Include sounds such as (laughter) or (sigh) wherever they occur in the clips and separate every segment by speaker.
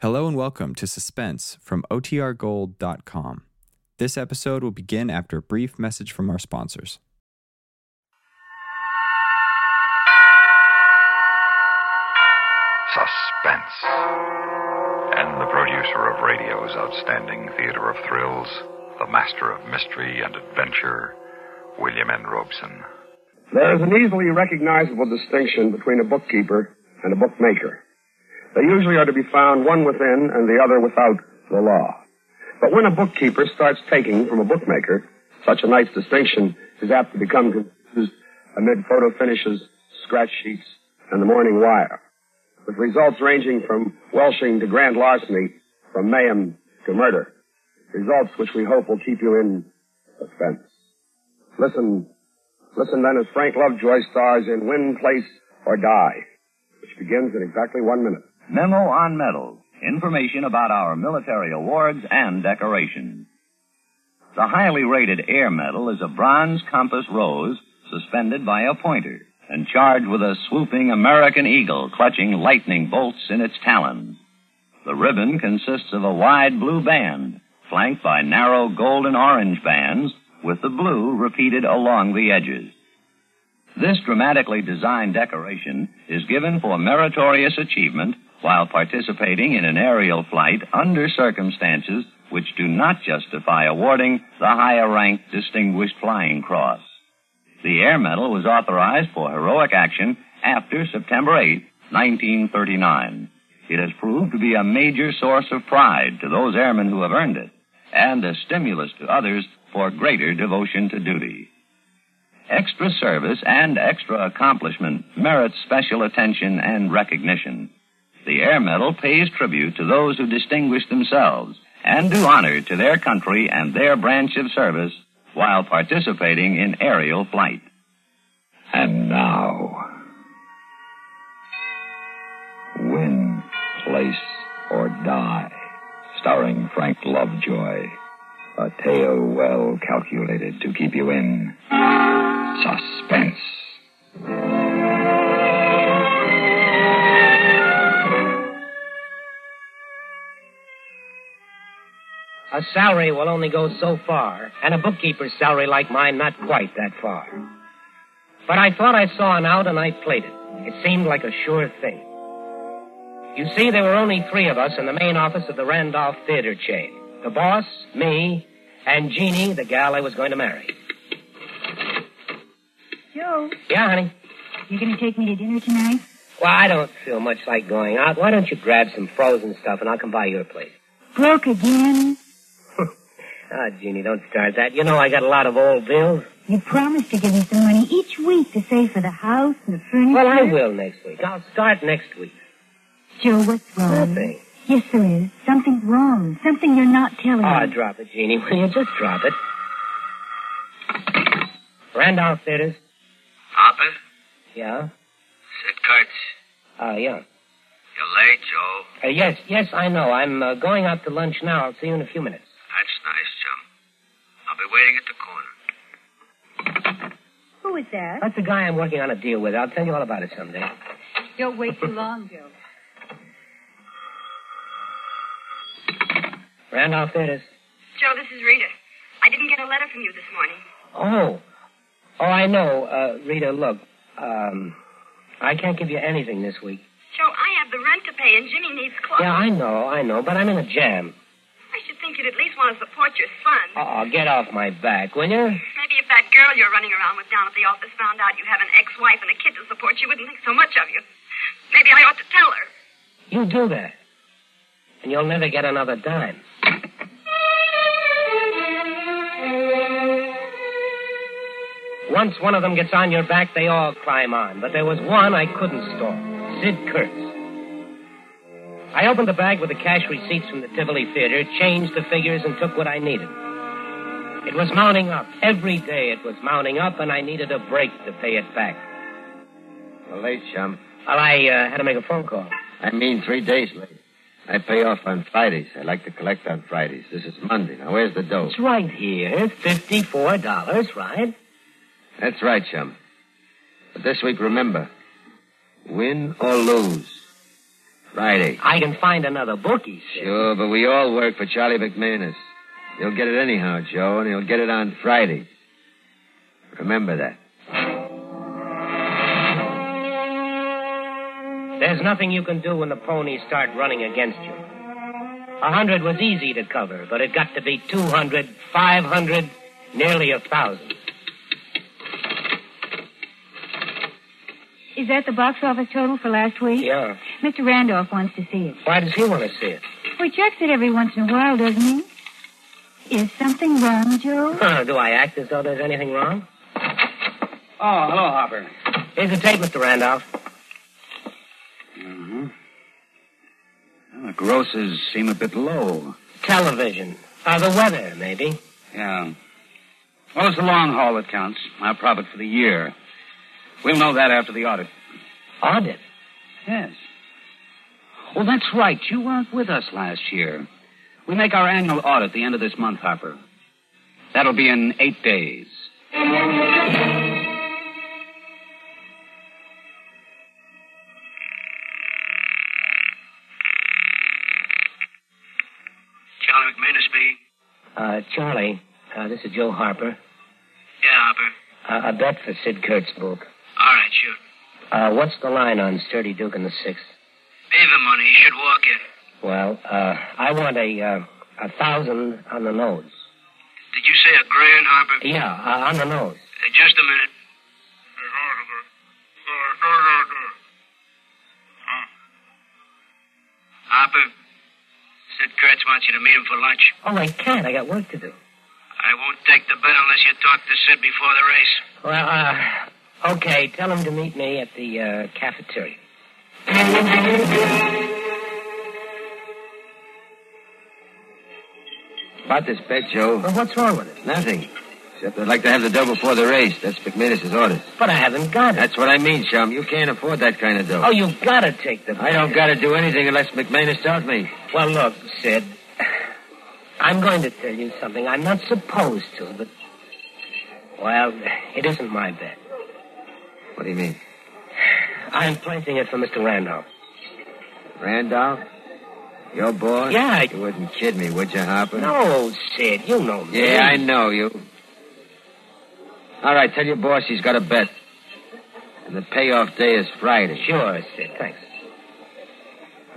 Speaker 1: Hello and welcome to Suspense from OTRGold.com. This episode will begin after a brief message from our sponsors.
Speaker 2: Suspense. And the producer of radio's outstanding theater of thrills, the master of mystery and adventure, William N. Robeson.
Speaker 3: There is an easily recognizable distinction between a bookkeeper and a bookmaker. They usually are to be found one within and the other without the law. But when a bookkeeper starts taking from a bookmaker, such a nice distinction is apt to become confused amid photo finishes, scratch sheets, and the morning wire, with results ranging from welshing to grand larceny, from mayhem to murder. Results which we hope will keep you in suspense. Listen Listen then as Frank Lovejoy stars in Win, Place, or Die, which begins in exactly one minute.
Speaker 4: Memo on Medals. Information about our military awards and decorations. The highly rated Air Medal is a bronze compass rose suspended by a pointer and charged with a swooping American eagle clutching lightning bolts in its talons. The ribbon consists of a wide blue band flanked by narrow gold and orange bands with the blue repeated along the edges. This dramatically designed decoration is given for meritorious achievement while participating in an aerial flight under circumstances which do not justify awarding the higher ranked Distinguished Flying Cross. The Air Medal was authorized for heroic action after September 8, 1939. It has proved to be a major source of pride to those airmen who have earned it and a stimulus to others for greater devotion to duty. Extra service and extra accomplishment merits special attention and recognition. The Air Medal pays tribute to those who distinguish themselves and do honor to their country and their branch of service while participating in aerial flight.
Speaker 2: And now, Win, Place, or Die, starring Frank Lovejoy. A tale well calculated to keep you in suspense.
Speaker 5: A salary will only go so far, and a bookkeeper's salary like mine not quite that far. But I thought I saw an out and I played it. It seemed like a sure thing. You see, there were only three of us in the main office of the Randolph Theater chain. The boss, me, and Jeannie, the gal I was going to marry.
Speaker 6: Joe,
Speaker 5: Yeah, honey?
Speaker 6: you gonna take me to dinner tonight?
Speaker 5: Well, I don't feel much like going out. Why don't you grab some frozen stuff and I'll come by your place?
Speaker 6: Broke again?
Speaker 5: Ah, Jeannie, don't start that. You know I got a lot of old bills.
Speaker 6: You promised to give me some money each week to save for the house and the furniture.
Speaker 5: Well, I will next week. I'll start next week.
Speaker 6: Joe, what's wrong?
Speaker 5: Nothing.
Speaker 6: Yes, there is. Something's wrong. Something you're not telling
Speaker 5: Ah,
Speaker 6: me.
Speaker 5: drop it, Jeannie. Will you just drop it? Randolph Theaters.
Speaker 7: Papa,
Speaker 5: Yeah?
Speaker 7: Sid Kurtz.
Speaker 5: Uh, yeah.
Speaker 7: You're late, Joe.
Speaker 5: Uh, yes, yes, I know. I'm uh, going out to lunch now. I'll see you in a few minutes.
Speaker 7: That's nice, chum. I'll be waiting at the corner.
Speaker 6: Who is that?
Speaker 5: That's a guy I'm working on a deal with. I'll tell you all about it someday.
Speaker 6: Don't wait too long, Joe.
Speaker 5: Randolph Theaters.
Speaker 8: Joe, this is Rita. I didn't get a letter from you this morning.
Speaker 5: Oh. Oh, I know. Uh, Rita, look. Um, I can't give you anything this week.
Speaker 8: Joe, I have the rent to pay and Jimmy needs clothes.
Speaker 5: Yeah, I know, I know, but I'm in a jam.
Speaker 8: I should think you'd at least want to support your son.
Speaker 5: Oh, get off my back, will you?
Speaker 8: Maybe if that girl you're running around with down at the office found out you have an ex-wife and a kid to support, she wouldn't think so much of you. Maybe I ought to tell her.
Speaker 5: You do that. And you'll never get another dime. Once one of them gets on your back, they all climb on. But there was one I couldn't stop Sid Kurtz. I opened the bag with the cash receipts from the Tivoli Theater, changed the figures, and took what I needed. It was mounting up. Every day it was mounting up, and I needed a break to pay it back.
Speaker 9: Well, late, chum.
Speaker 5: Well, I uh, had to make a phone call.
Speaker 9: I mean three days late. I pay off on Fridays. I like to collect on Fridays. This is Monday. Now, where's the dough?
Speaker 5: It's right here. Fifty-four dollars, right?
Speaker 9: That's right, chum. But this week, remember, win or lose. Friday.
Speaker 5: I can find another book, he said.
Speaker 9: Sure, but we all work for Charlie McManus. He'll get it anyhow, Joe, and he'll get it on Friday. Remember that.
Speaker 5: There's nothing you can do when the ponies start running against you. A hundred was easy to cover, but it got to be two hundred, five hundred, nearly a thousand.
Speaker 6: Is that the box office total for last week?
Speaker 5: Yeah.
Speaker 6: Mr. Randolph wants to see it.
Speaker 5: Why does he want to see it?
Speaker 6: Well, he checks it every once in a while, doesn't he? Is something wrong, Joe?
Speaker 5: Huh, (laughs) do I act as though there's anything wrong?
Speaker 7: Oh, hello, Hopper.
Speaker 5: Here's the tape, Mr. Randolph.
Speaker 7: Mm-hmm. Well, the grosses seem a bit low.
Speaker 5: Television. Uh, the weather, maybe.
Speaker 7: Yeah. Well, it's the long haul that counts. Our profit for the year. We'll know that after the audit.
Speaker 5: Audit.
Speaker 7: Yes. Oh, that's right. You weren't with us last year. We make our annual audit the end of this month, Harper. That'll be in eight days. Charlie McManus speaking.
Speaker 5: Uh, Charlie, uh, this is Joe Harper.
Speaker 7: Yeah, Harper.
Speaker 5: Uh, a bet for Sid Kurt's book.
Speaker 7: All right, sure.
Speaker 5: Uh, what's the line on Sturdy Duke and the Sixth?
Speaker 7: Leave him money. He should walk in.
Speaker 5: Well, uh, I want a, uh, a thousand on the nose.
Speaker 7: Did you say a grand, Harper?
Speaker 5: Yeah, uh, on the nose.
Speaker 7: Uh, just a minute. Harper, Sid Kurtz wants you to meet him for lunch.
Speaker 5: Oh, I can't. I got work to do.
Speaker 7: I won't take the bet unless you talk to Sid before the race.
Speaker 5: Well, uh, okay, tell him to meet me at the uh, cafeteria.
Speaker 9: About this bet, Joe.
Speaker 5: Well, what's wrong with it?
Speaker 9: Nothing. Except I'd like to have the dough before the race. That's McManus's orders.
Speaker 5: But I haven't got it.
Speaker 9: That's what I mean, Chum. You can't afford that kind of dough.
Speaker 5: Oh, you've got to take the.
Speaker 9: I don't gotta do anything unless McManus tells me.
Speaker 5: Well, look, Sid. (sighs) I'm going to tell you something. I'm not supposed to, but. Well, it isn't my bet.
Speaker 9: What do you mean?
Speaker 5: I'm placing it for Mr. Randolph.
Speaker 9: Randolph? Your boss?
Speaker 5: Yeah, I-
Speaker 9: You wouldn't kid me, would you, Harper?
Speaker 5: No, Sid, you know me.
Speaker 9: Yeah, I know you. All right, tell your boss he's got a bet. And the payoff day is Friday.
Speaker 5: Sure, Sid, thanks.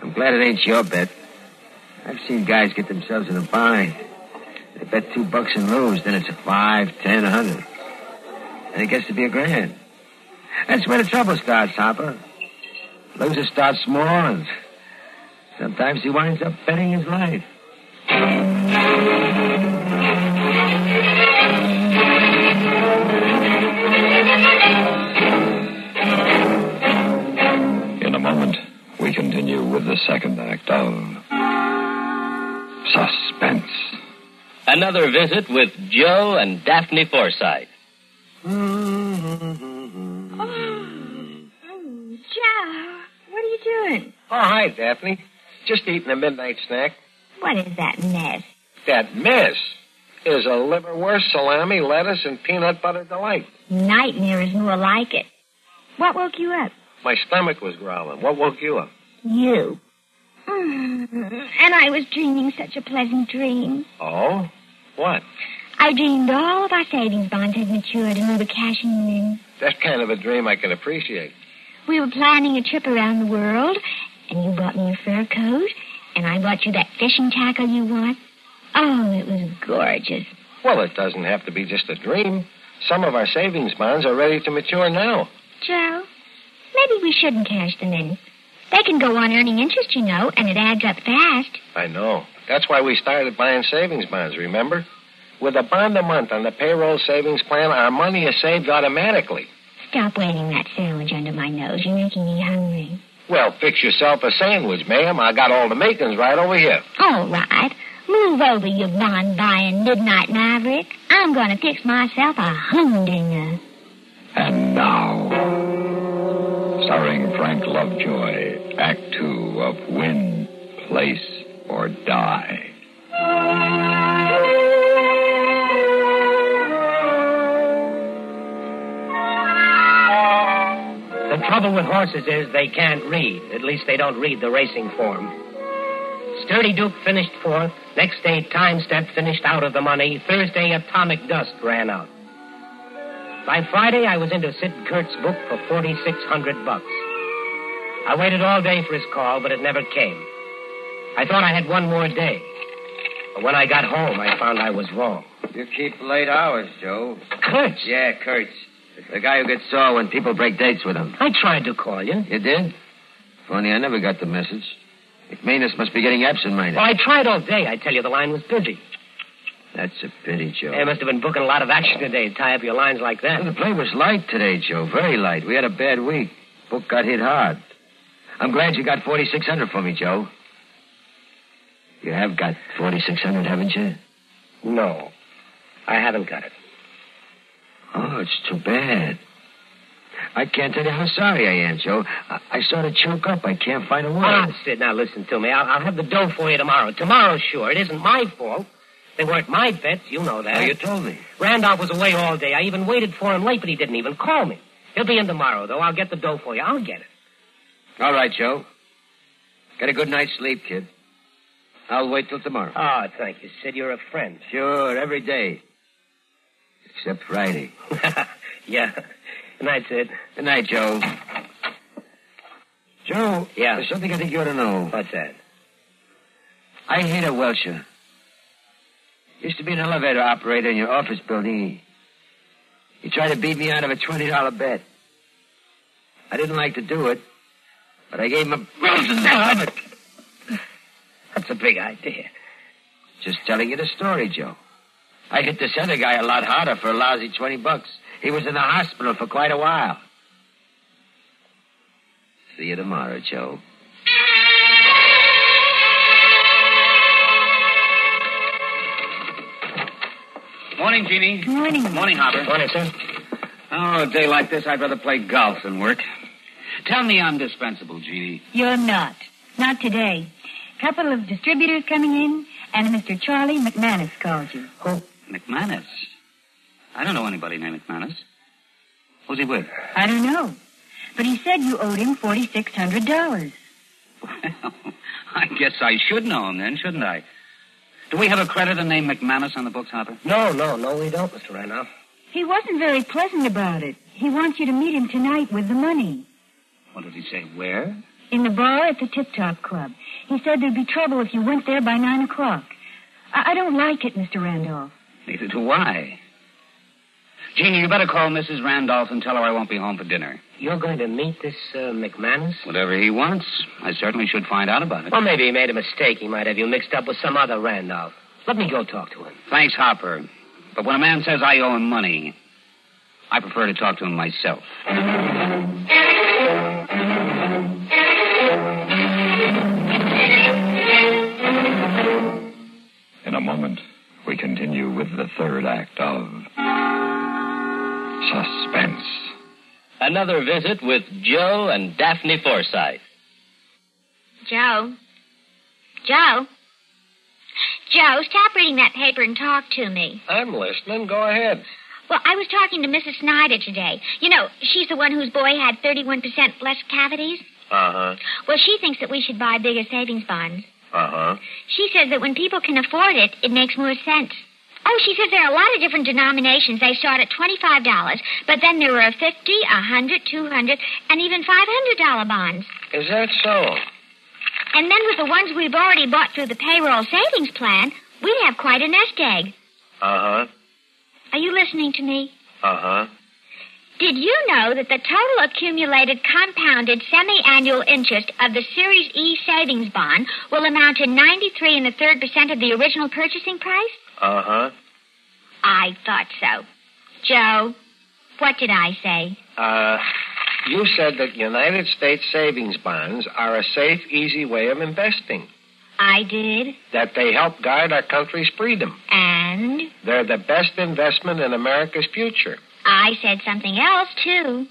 Speaker 9: I'm glad it ain't your bet. I've seen guys get themselves in a bind. They bet two bucks and lose, then it's a five, ten, a hundred. And it gets to be a grand. That's where the trouble starts, Hopper. Loser starts small, and sometimes he winds up betting his life.
Speaker 2: In a moment, we continue with the second act of Suspense.
Speaker 10: Another visit with Joe and Daphne Forsythe.
Speaker 6: Oh, Joe, what are you doing?
Speaker 5: (laughs) Oh, hi, Daphne. Just eating a midnight snack.
Speaker 6: What is that mess?
Speaker 5: That mess is a liverwurst, salami, lettuce, and peanut butter delight.
Speaker 6: Nightmare is more like it. What woke you up?
Speaker 5: My stomach was growling. What woke you up?
Speaker 6: You. Mm, and I was dreaming such a pleasant dream.
Speaker 5: Oh? What?
Speaker 6: I dreamed all of our savings bonds had matured and we were cashing them in.
Speaker 5: That kind of a dream I can appreciate.
Speaker 6: We were planning a trip around the world, and you bought me a fur coat, and I bought you that fishing tackle you want. Oh, it was gorgeous.
Speaker 5: Well, it doesn't have to be just a dream. Some of our savings bonds are ready to mature now.
Speaker 6: Joe, maybe we shouldn't cash them in. They can go on earning interest, you know, and it adds up fast.
Speaker 5: I know. That's why we started buying savings bonds, remember? With a bond a month on the payroll savings plan, our money is saved automatically.
Speaker 6: Stop waving that sandwich under my nose. You're making me hungry.
Speaker 5: Well, fix yourself a sandwich, ma'am. I got all the makings right over here.
Speaker 6: All right. Move over, you bond buying midnight maverick. I'm going to fix myself a home dinner.
Speaker 2: And now, starring Frank Lovejoy, Act Two of Win, Place, or Die.
Speaker 5: The trouble with horses is they can't read. At least they don't read the racing form. Sturdy Duke finished fourth. Next day, Time Step finished out of the money. Thursday, Atomic Dust ran out. By Friday, I was into Sid Kurt's book for 4600 bucks. I waited all day for his call, but it never came. I thought I had one more day. But when I got home, I found I was wrong.
Speaker 7: You keep late hours, Joe.
Speaker 5: Kurtz?
Speaker 7: Yeah, Kurtz. The guy who gets sore when people break dates with him.
Speaker 5: I tried to call you.
Speaker 7: You did? Funny, I never got the message. McManus must be getting absent-minded.
Speaker 5: Well, I tried all day. I tell you, the line was busy.
Speaker 7: That's a pity, Joe.
Speaker 5: They must have been booking a lot of action today to tie up your lines like that.
Speaker 7: Well, the play was light today, Joe. Very light. We had a bad week. Book got hit hard. I'm glad you got 4600 for me, Joe. You have got 4600 haven't you?
Speaker 5: No. I haven't got it.
Speaker 7: Oh, it's too bad. I can't tell you how sorry I am, Joe. I, I sort of choke up. I can't find a word.
Speaker 5: Ah, Sid, now listen to me. I'll, I'll have the dough for you tomorrow. Tomorrow, sure. It isn't my fault. They weren't my bets. You know that.
Speaker 7: Oh, you told me.
Speaker 5: Randolph was away all day. I even waited for him late, but he didn't even call me. He'll be in tomorrow, though. I'll get the dough for you. I'll get it.
Speaker 7: All right, Joe. Get a good night's sleep, kid. I'll wait till tomorrow.
Speaker 5: Ah, oh, thank you, Sid. You're a friend.
Speaker 7: Sure, every day. Except Friday.
Speaker 5: (laughs) yeah. Good night, Sid.
Speaker 7: Good night, Joe. Joe.
Speaker 5: Yeah.
Speaker 7: There's something I think you ought to know.
Speaker 5: What's that?
Speaker 7: I hate a Welcher. Used to be an elevator operator in your office building. He, he tried to beat me out of a $20 bet. I didn't like to do it, but I gave him a rose in the stomach.
Speaker 5: That's a big idea.
Speaker 7: Just telling you the story, Joe. I hit this other guy a lot harder for a lousy 20 bucks. He was in the hospital for quite a while. See you tomorrow, Joe.
Speaker 4: Morning, Jeannie.
Speaker 6: Morning.
Speaker 4: Morning, Hopper.
Speaker 5: Morning, sir.
Speaker 4: Oh, a day like this, I'd rather play golf than work. Tell me I'm dispensable, Jeannie.
Speaker 6: You're not. Not today. Couple of distributors coming in, and Mr. Charlie McManus called you.
Speaker 4: Who? McManus? I don't know anybody named McManus. Who's he with? (laughs)
Speaker 6: I don't know. But he said you owed him $4,600.
Speaker 4: Well, I guess I should know him then, shouldn't I? Do we have a creditor named McManus on the books, Hopper?
Speaker 5: No, no, no, we don't, Mr. Randolph.
Speaker 6: He wasn't very pleasant about it. He wants you to meet him tonight with the money.
Speaker 4: What did he say? Where?
Speaker 6: In the bar at the Tip Top Club. He said there'd be trouble if you went there by nine o'clock. I, I don't like it, Mr. Randolph.
Speaker 4: Neither do I. Jeannie, you better call Mrs. Randolph and tell her I won't be home for dinner.
Speaker 5: You're going to meet this uh, McManus?
Speaker 4: Whatever he wants. I certainly should find out about it.
Speaker 5: Well, maybe he made a mistake. He might have you mixed up with some other Randolph. Let me go talk to him.
Speaker 4: Thanks, Hopper. But when a man says I owe him money, I prefer to talk to him myself.
Speaker 11: In a moment, we continue with the third act of Suspense.
Speaker 12: Another visit with Joe and Daphne Forsythe.
Speaker 6: Joe? Joe? Joe, stop reading that paper and talk to me.
Speaker 13: I'm listening. Go ahead.
Speaker 6: Well, I was talking to Mrs. Snyder today. You know, she's the one whose boy had 31% less cavities.
Speaker 13: Uh huh.
Speaker 6: Well, she thinks that we should buy bigger savings bonds.
Speaker 13: Uh huh.
Speaker 6: She says that when people can afford it, it makes more sense. Oh, she says there are a lot of different denominations. They start at $25, but then there are 50, a 100, 200, and even $500 bonds.
Speaker 13: Is that so?
Speaker 6: And then with the ones we've already bought through the payroll savings plan, we'd have quite a nest egg.
Speaker 13: Uh huh.
Speaker 6: Are you listening to me?
Speaker 13: Uh huh.
Speaker 6: Did you know that the total accumulated compounded semi-annual interest of the Series E savings bond will amount to 93 and a third percent of the original purchasing price?
Speaker 13: Uh huh.
Speaker 6: I thought so. Joe, what did I say?
Speaker 13: Uh, you said that United States savings bonds are a safe, easy way of investing.
Speaker 6: I did.
Speaker 13: That they help guide our country's freedom.
Speaker 6: And
Speaker 13: They're the best investment in America's future.
Speaker 6: I said something else, too.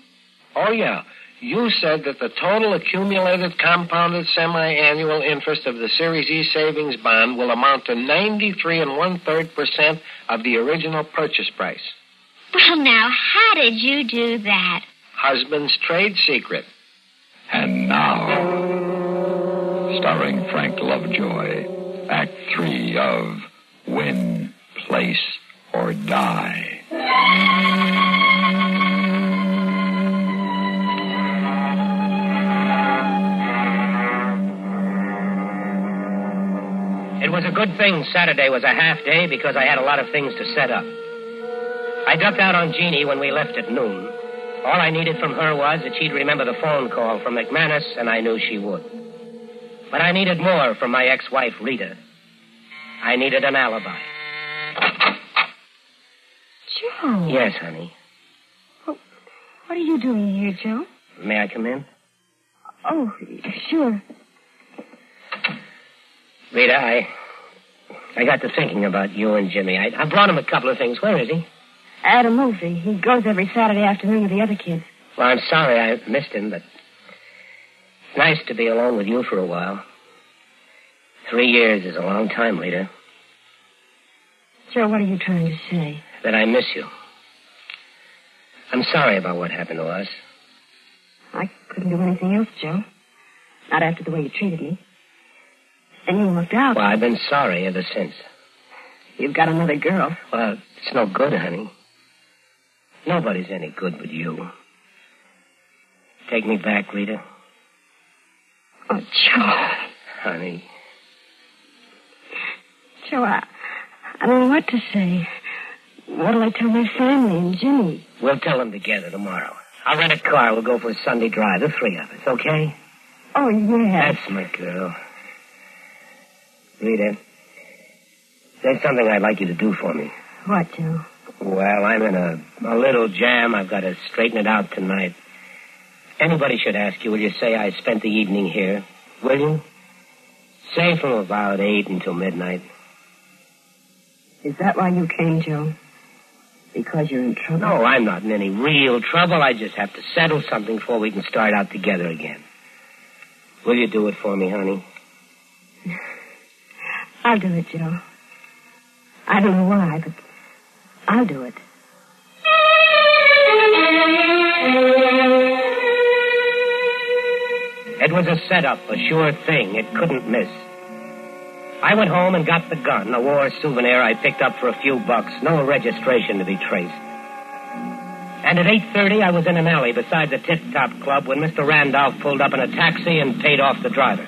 Speaker 13: Oh, yeah. You said that the total accumulated compounded semi-annual interest of the Series E savings bond will amount to 93 and one-third percent of the original purchase price.
Speaker 6: Well, now, how did you do that?
Speaker 14: husband's trade secret.
Speaker 15: And now, starring Frank Lovejoy, Act Three of Win, Place, or Die.
Speaker 5: It was a good thing Saturday was a half day because I had a lot of things to set up. I ducked out on Jeannie when we left at noon. All I needed from her was that she'd remember the phone call from McManus, and I knew she would. But I needed more from my ex wife, Rita. I needed an alibi.
Speaker 6: Joe.
Speaker 5: Yes, honey.
Speaker 6: What are you doing here, Joe?
Speaker 5: May I come in?
Speaker 6: Oh, sure.
Speaker 5: Rita, I. I got to thinking about you and Jimmy. I, I brought him a couple of things. Where is he?
Speaker 6: At a movie. He goes every Saturday afternoon with the other kids.
Speaker 5: Well, I'm sorry I missed him, but it's nice to be alone with you for a while. Three years is a long time, Rita.
Speaker 6: Joe, what are you trying to say?
Speaker 5: That I miss you. I'm sorry about what happened to us.
Speaker 6: I couldn't do anything else, Joe. Not after the way you treated me. And you walked out.
Speaker 5: Well, I've been sorry ever since.
Speaker 6: You've got another girl.
Speaker 5: Well, it's no good, honey. Nobody's any good but you. Take me back, Rita.
Speaker 6: Oh, Joe.
Speaker 5: Honey,
Speaker 6: Joe, I, I don't know what to say. What'll I tell my family and Jimmy?
Speaker 5: we'll tell them together tomorrow. I'll rent a car. We'll go for a Sunday drive, the three of us, okay?
Speaker 6: Oh, yeah.
Speaker 5: That's my girl. Rita, there's something I'd like you to do for me.
Speaker 6: What, Joe?
Speaker 5: Well, I'm in a, a little jam. I've got to straighten it out tonight. If anybody should ask you, will you say I spent the evening here? Will you? Say from about eight until midnight.
Speaker 6: Is that why you came, Joe? Because you're in trouble?
Speaker 5: No, I'm not in any real trouble. I just have to settle something before we can start out together again. Will you do it for me, honey?
Speaker 6: I'll do it, Joe. I don't know why, but I'll do it.
Speaker 5: It was a setup, a sure thing. It couldn't miss. I went home and got the gun, a war souvenir I picked up for a few bucks, no registration to be traced. And at 8.30, I was in an alley beside the Tip Top Club when Mr. Randolph pulled up in a taxi and paid off the driver.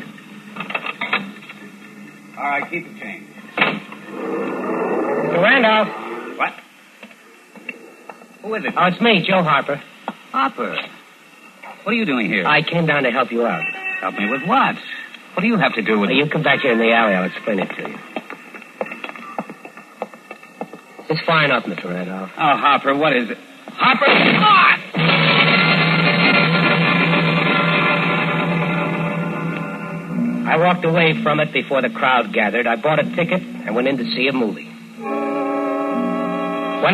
Speaker 16: All right, keep the change.
Speaker 5: Mr. Randolph! What?
Speaker 16: Who is it?
Speaker 5: Oh, it's me, Joe Harper.
Speaker 16: Hopper. What are you doing here?
Speaker 5: I came down to help you out.
Speaker 16: Help me with what? What do you have to do with
Speaker 5: Well, you come back here in the alley. I'll explain it to you. It's far enough, Mr. Randolph.
Speaker 16: Oh, Hopper, what is it? Hopper! Ah!
Speaker 5: I walked away from it before the crowd gathered. I bought a ticket and went in to see a movie. When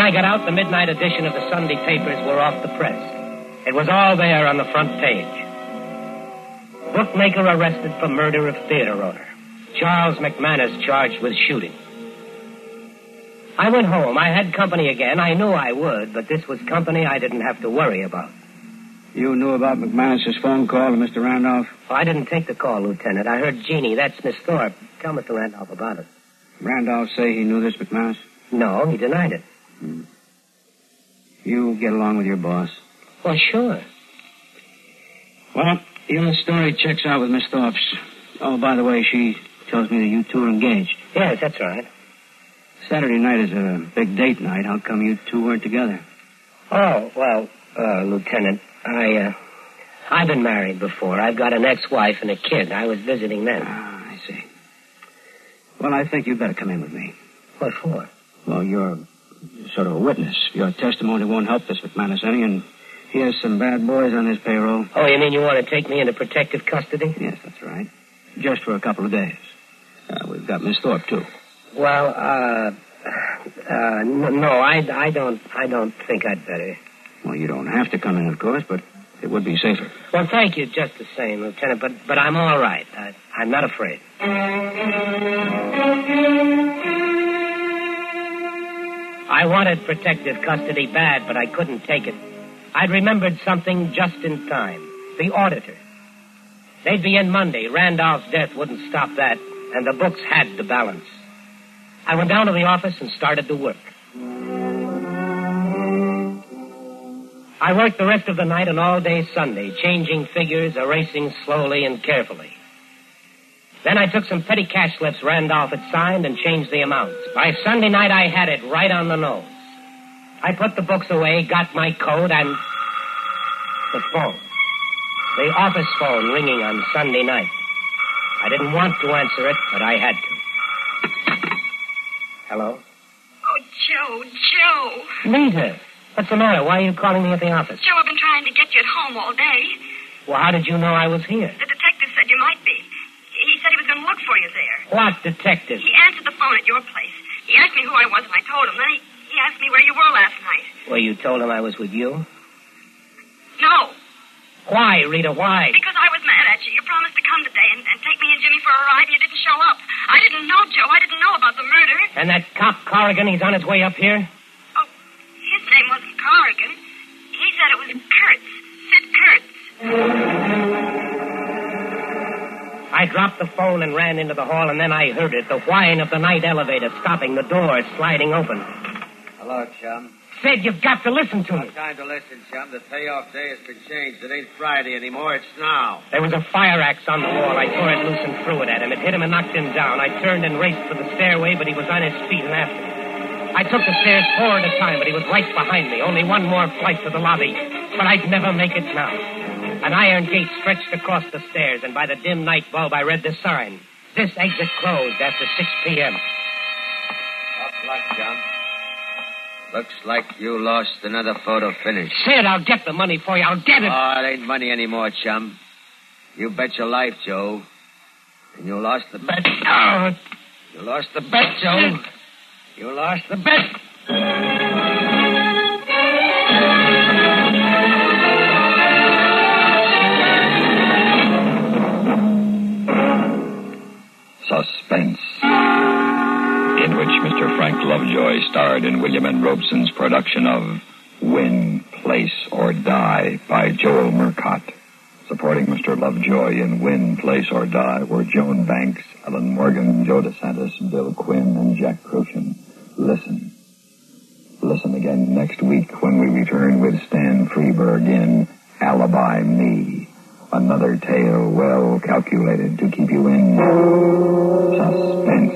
Speaker 5: I got out, the midnight edition of the Sunday papers were off the press. It was all there on the front page. Bookmaker arrested for murder of theater owner. Charles McManus charged with shooting. I went home. I had company again. I knew I would, but this was company I didn't have to worry about.
Speaker 4: You knew about McManus's phone call to Mr. Randolph?
Speaker 5: Well, I didn't take the call, Lieutenant. I heard Jeannie. That's Miss Thorpe. Tell Mr. Randolph about it.
Speaker 4: Randolph say he knew this McManus?
Speaker 5: No, he denied it.
Speaker 4: You get along with your boss.
Speaker 5: Well, sure.
Speaker 4: Well, your story checks out with Miss Thorpe's. Oh, by the way, she tells me that you two are engaged.
Speaker 5: Yes, that's right.
Speaker 4: Saturday night is a big date night. How come you two weren't together?
Speaker 5: Oh, well, uh, Lieutenant, I, uh, I've been married before. I've got an ex-wife and a kid. I was visiting them.
Speaker 4: Ah, I see. Well, I think you'd better come in with me.
Speaker 5: What for?
Speaker 4: Well, you're sort of a witness. Your testimony won't help this McManus any, and he has some bad boys on his payroll.
Speaker 5: Oh, you mean you want to take me into protective custody?
Speaker 4: Yes, that's right. Just for a couple of days. Uh, we've got Miss Thorpe, too.
Speaker 5: Well, uh, uh, no, no I, I don't, I don't think I'd better.
Speaker 4: Well, you don't have to come in, of course, but it would be safer.
Speaker 5: Well, thank you just the same, Lieutenant, but, but I'm all right. I, I'm not afraid. I wanted protective custody bad, but I couldn't take it. I'd remembered something just in time. The auditor. They'd be in Monday. Randolph's death wouldn't stop that, and the books had the balance. I went down to the office and started to work. I worked the rest of the night and all day Sunday, changing figures, erasing slowly and carefully. Then I took some petty cash slips Randolph had signed and changed the amounts. By Sunday night, I had it right on the nose. I put the books away, got my code, and the phone. The office phone ringing on Sunday night. I didn't want to answer it, but I had to. Hello?
Speaker 8: Oh, Joe, Joe.
Speaker 5: Nita! What's the matter? Why are you calling me at the office?
Speaker 8: Joe, I've been trying to get you at home all day.
Speaker 5: Well, how did you know I was here?
Speaker 8: The detective said you might be. He said he was going to look for you there.
Speaker 5: What detective?
Speaker 8: He answered the phone at your place. He asked me who I was, and I told him. Then he, he asked me where you were last night.
Speaker 5: Well, you told him I was with you?
Speaker 8: No,
Speaker 5: Why, Rita, why?
Speaker 8: because I was mad at you. You promised to come today and, and take me and Jimmy for a ride, and you didn't show up. I didn't know, Joe. I didn't know about the murder. Oh,
Speaker 5: And that cop Corrigan, he's on his way up here?
Speaker 8: His name wasn't Corrigan. He said it was Kurtz. Sid Kurtz.
Speaker 5: I dropped the phone and ran into the hall, and then I heard it the whine of the night elevator stopping, the door sliding open.
Speaker 17: Hello, chum.
Speaker 5: Sid, you've got to listen to me.
Speaker 17: No time to listen, chum. The payoff day has been changed. It ain't Friday anymore. It's now.
Speaker 5: There was a fire axe on the wall. I tore it loose and threw it at him. It hit him and knocked him down. I turned and raced for the stairway, but he was on his feet and after me. I took the stairs four at a time, but he was right behind me. Only one more flight to the lobby. But I'd never make it now. An iron gate stretched across the stairs, and by the dim night bulb, I read the sign. This exit closed after 6 p.m.
Speaker 17: Tough luck, chum.
Speaker 9: Looks like you lost another photo finish.
Speaker 5: Sid, I'll get the money for you. I'll get it.
Speaker 9: Oh, it ain't money anymore, chum. You bet your life, Joe. And you lost the bet. You lost the bet, Joe. You lost the bet.
Speaker 2: Suspense, in which Mr. Frank Lovejoy starred in William N. Robeson's production of Win, Place, or Die by Joel Murcott. Supporting Mr. Lovejoy in Win, Place, or Die were Joan Banks, Ellen Morgan, Joe DeSantis, Bill Quinn, and Jack Crucian. Listen. Listen again next week when we return with Stan Freeberg in Alibi Me. Another tale well calculated to keep you in suspense.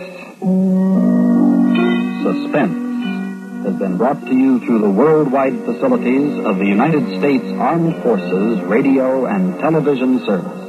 Speaker 18: Suspense has been brought to you through the worldwide facilities of the United States Armed Forces Radio and Television Service.